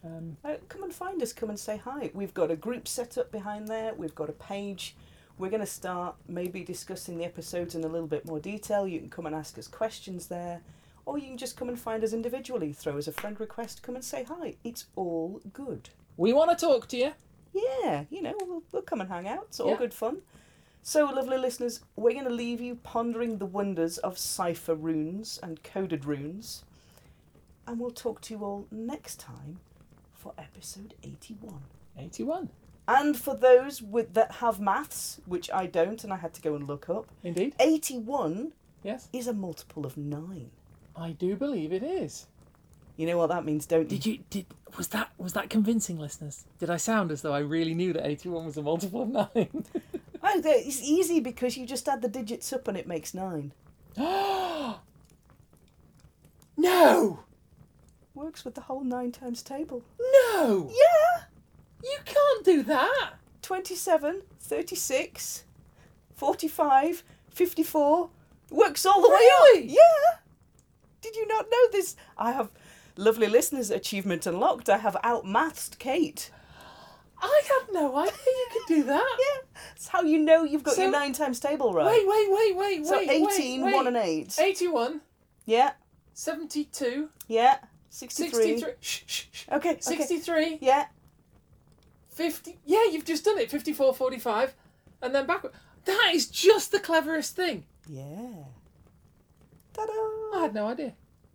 Speaker 1: Um,
Speaker 2: Uh, come and find us. Come and say hi. We've got a group set up behind there. We've got a page. We're going to start maybe discussing the episodes in a little bit more detail. You can come and ask us questions there, or you can just come and find us individually. Throw us a friend request. Come and say hi. It's all good.
Speaker 1: we want to talk to you.
Speaker 2: Yeah, you know, we'll, we'll come and hang out. It's all
Speaker 1: Yeah.
Speaker 2: good fun. So, lovely listeners, we're going to leave you pondering the wonders of cipher runes and coded runes. And we'll talk to you all next time for episode 81.
Speaker 1: 81.
Speaker 2: And for those with that have maths, which I don't, and I had to go and look up,
Speaker 1: Indeed.
Speaker 2: eighty-one
Speaker 1: Yes.
Speaker 2: is a multiple of nine.
Speaker 1: I do believe it is.
Speaker 2: You know what that means, don't you?
Speaker 1: Did you did was that was that convincing, listeners? Did I sound as though I really knew that eighty one was a multiple of nine?
Speaker 2: Oh, there- it's easy because you just add the digits up and it makes nine.
Speaker 1: no!
Speaker 2: Works with the whole nine times table.
Speaker 1: No!
Speaker 2: Yeah!
Speaker 1: You can't do that!
Speaker 2: 27, 36, 45, 54. Works all the way
Speaker 1: Really?
Speaker 2: up. Yeah! Did you not know this? I have lovely listeners' achievement unlocked. I have outmathed Kate.
Speaker 1: I had no idea you could do that.
Speaker 2: Yeah! That's how you know you've got your
Speaker 1: So-
Speaker 2: nine times table right.
Speaker 1: Wait, wait, wait, wait,
Speaker 2: so
Speaker 1: wait.
Speaker 2: 18,
Speaker 1: wait,
Speaker 2: 1 and
Speaker 1: wait.
Speaker 2: 8.
Speaker 1: 81,
Speaker 2: Yeah,
Speaker 1: 72,
Speaker 2: yeah. 63.
Speaker 1: 63. Shh, shh, shh.
Speaker 2: Okay, okay.
Speaker 1: 63,
Speaker 2: Yeah.
Speaker 1: 50. Yeah, you've just done it. 54, 45, and then backward. That is just the cleverest thing.
Speaker 2: Yeah. Ta
Speaker 1: I
Speaker 2: da!
Speaker 1: had no idea.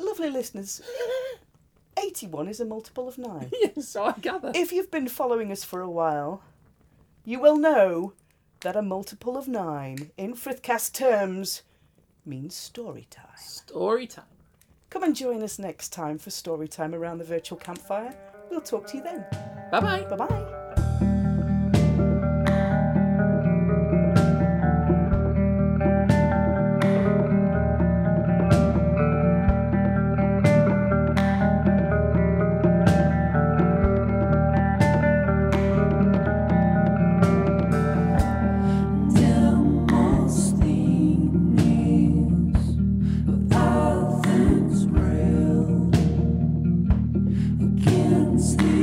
Speaker 2: Lovely listeners, 81 is a multiple of 9.
Speaker 1: Yeah, so I gather.
Speaker 2: if you've been following us for a while, you will know that a multiple of 9 in Frithcast terms means story time.
Speaker 1: Story time.
Speaker 2: Come and join us next time for story time around the virtual campfire. We'll talk to you then.
Speaker 1: Bye bye.
Speaker 2: Bye bye.
Speaker 3: Against the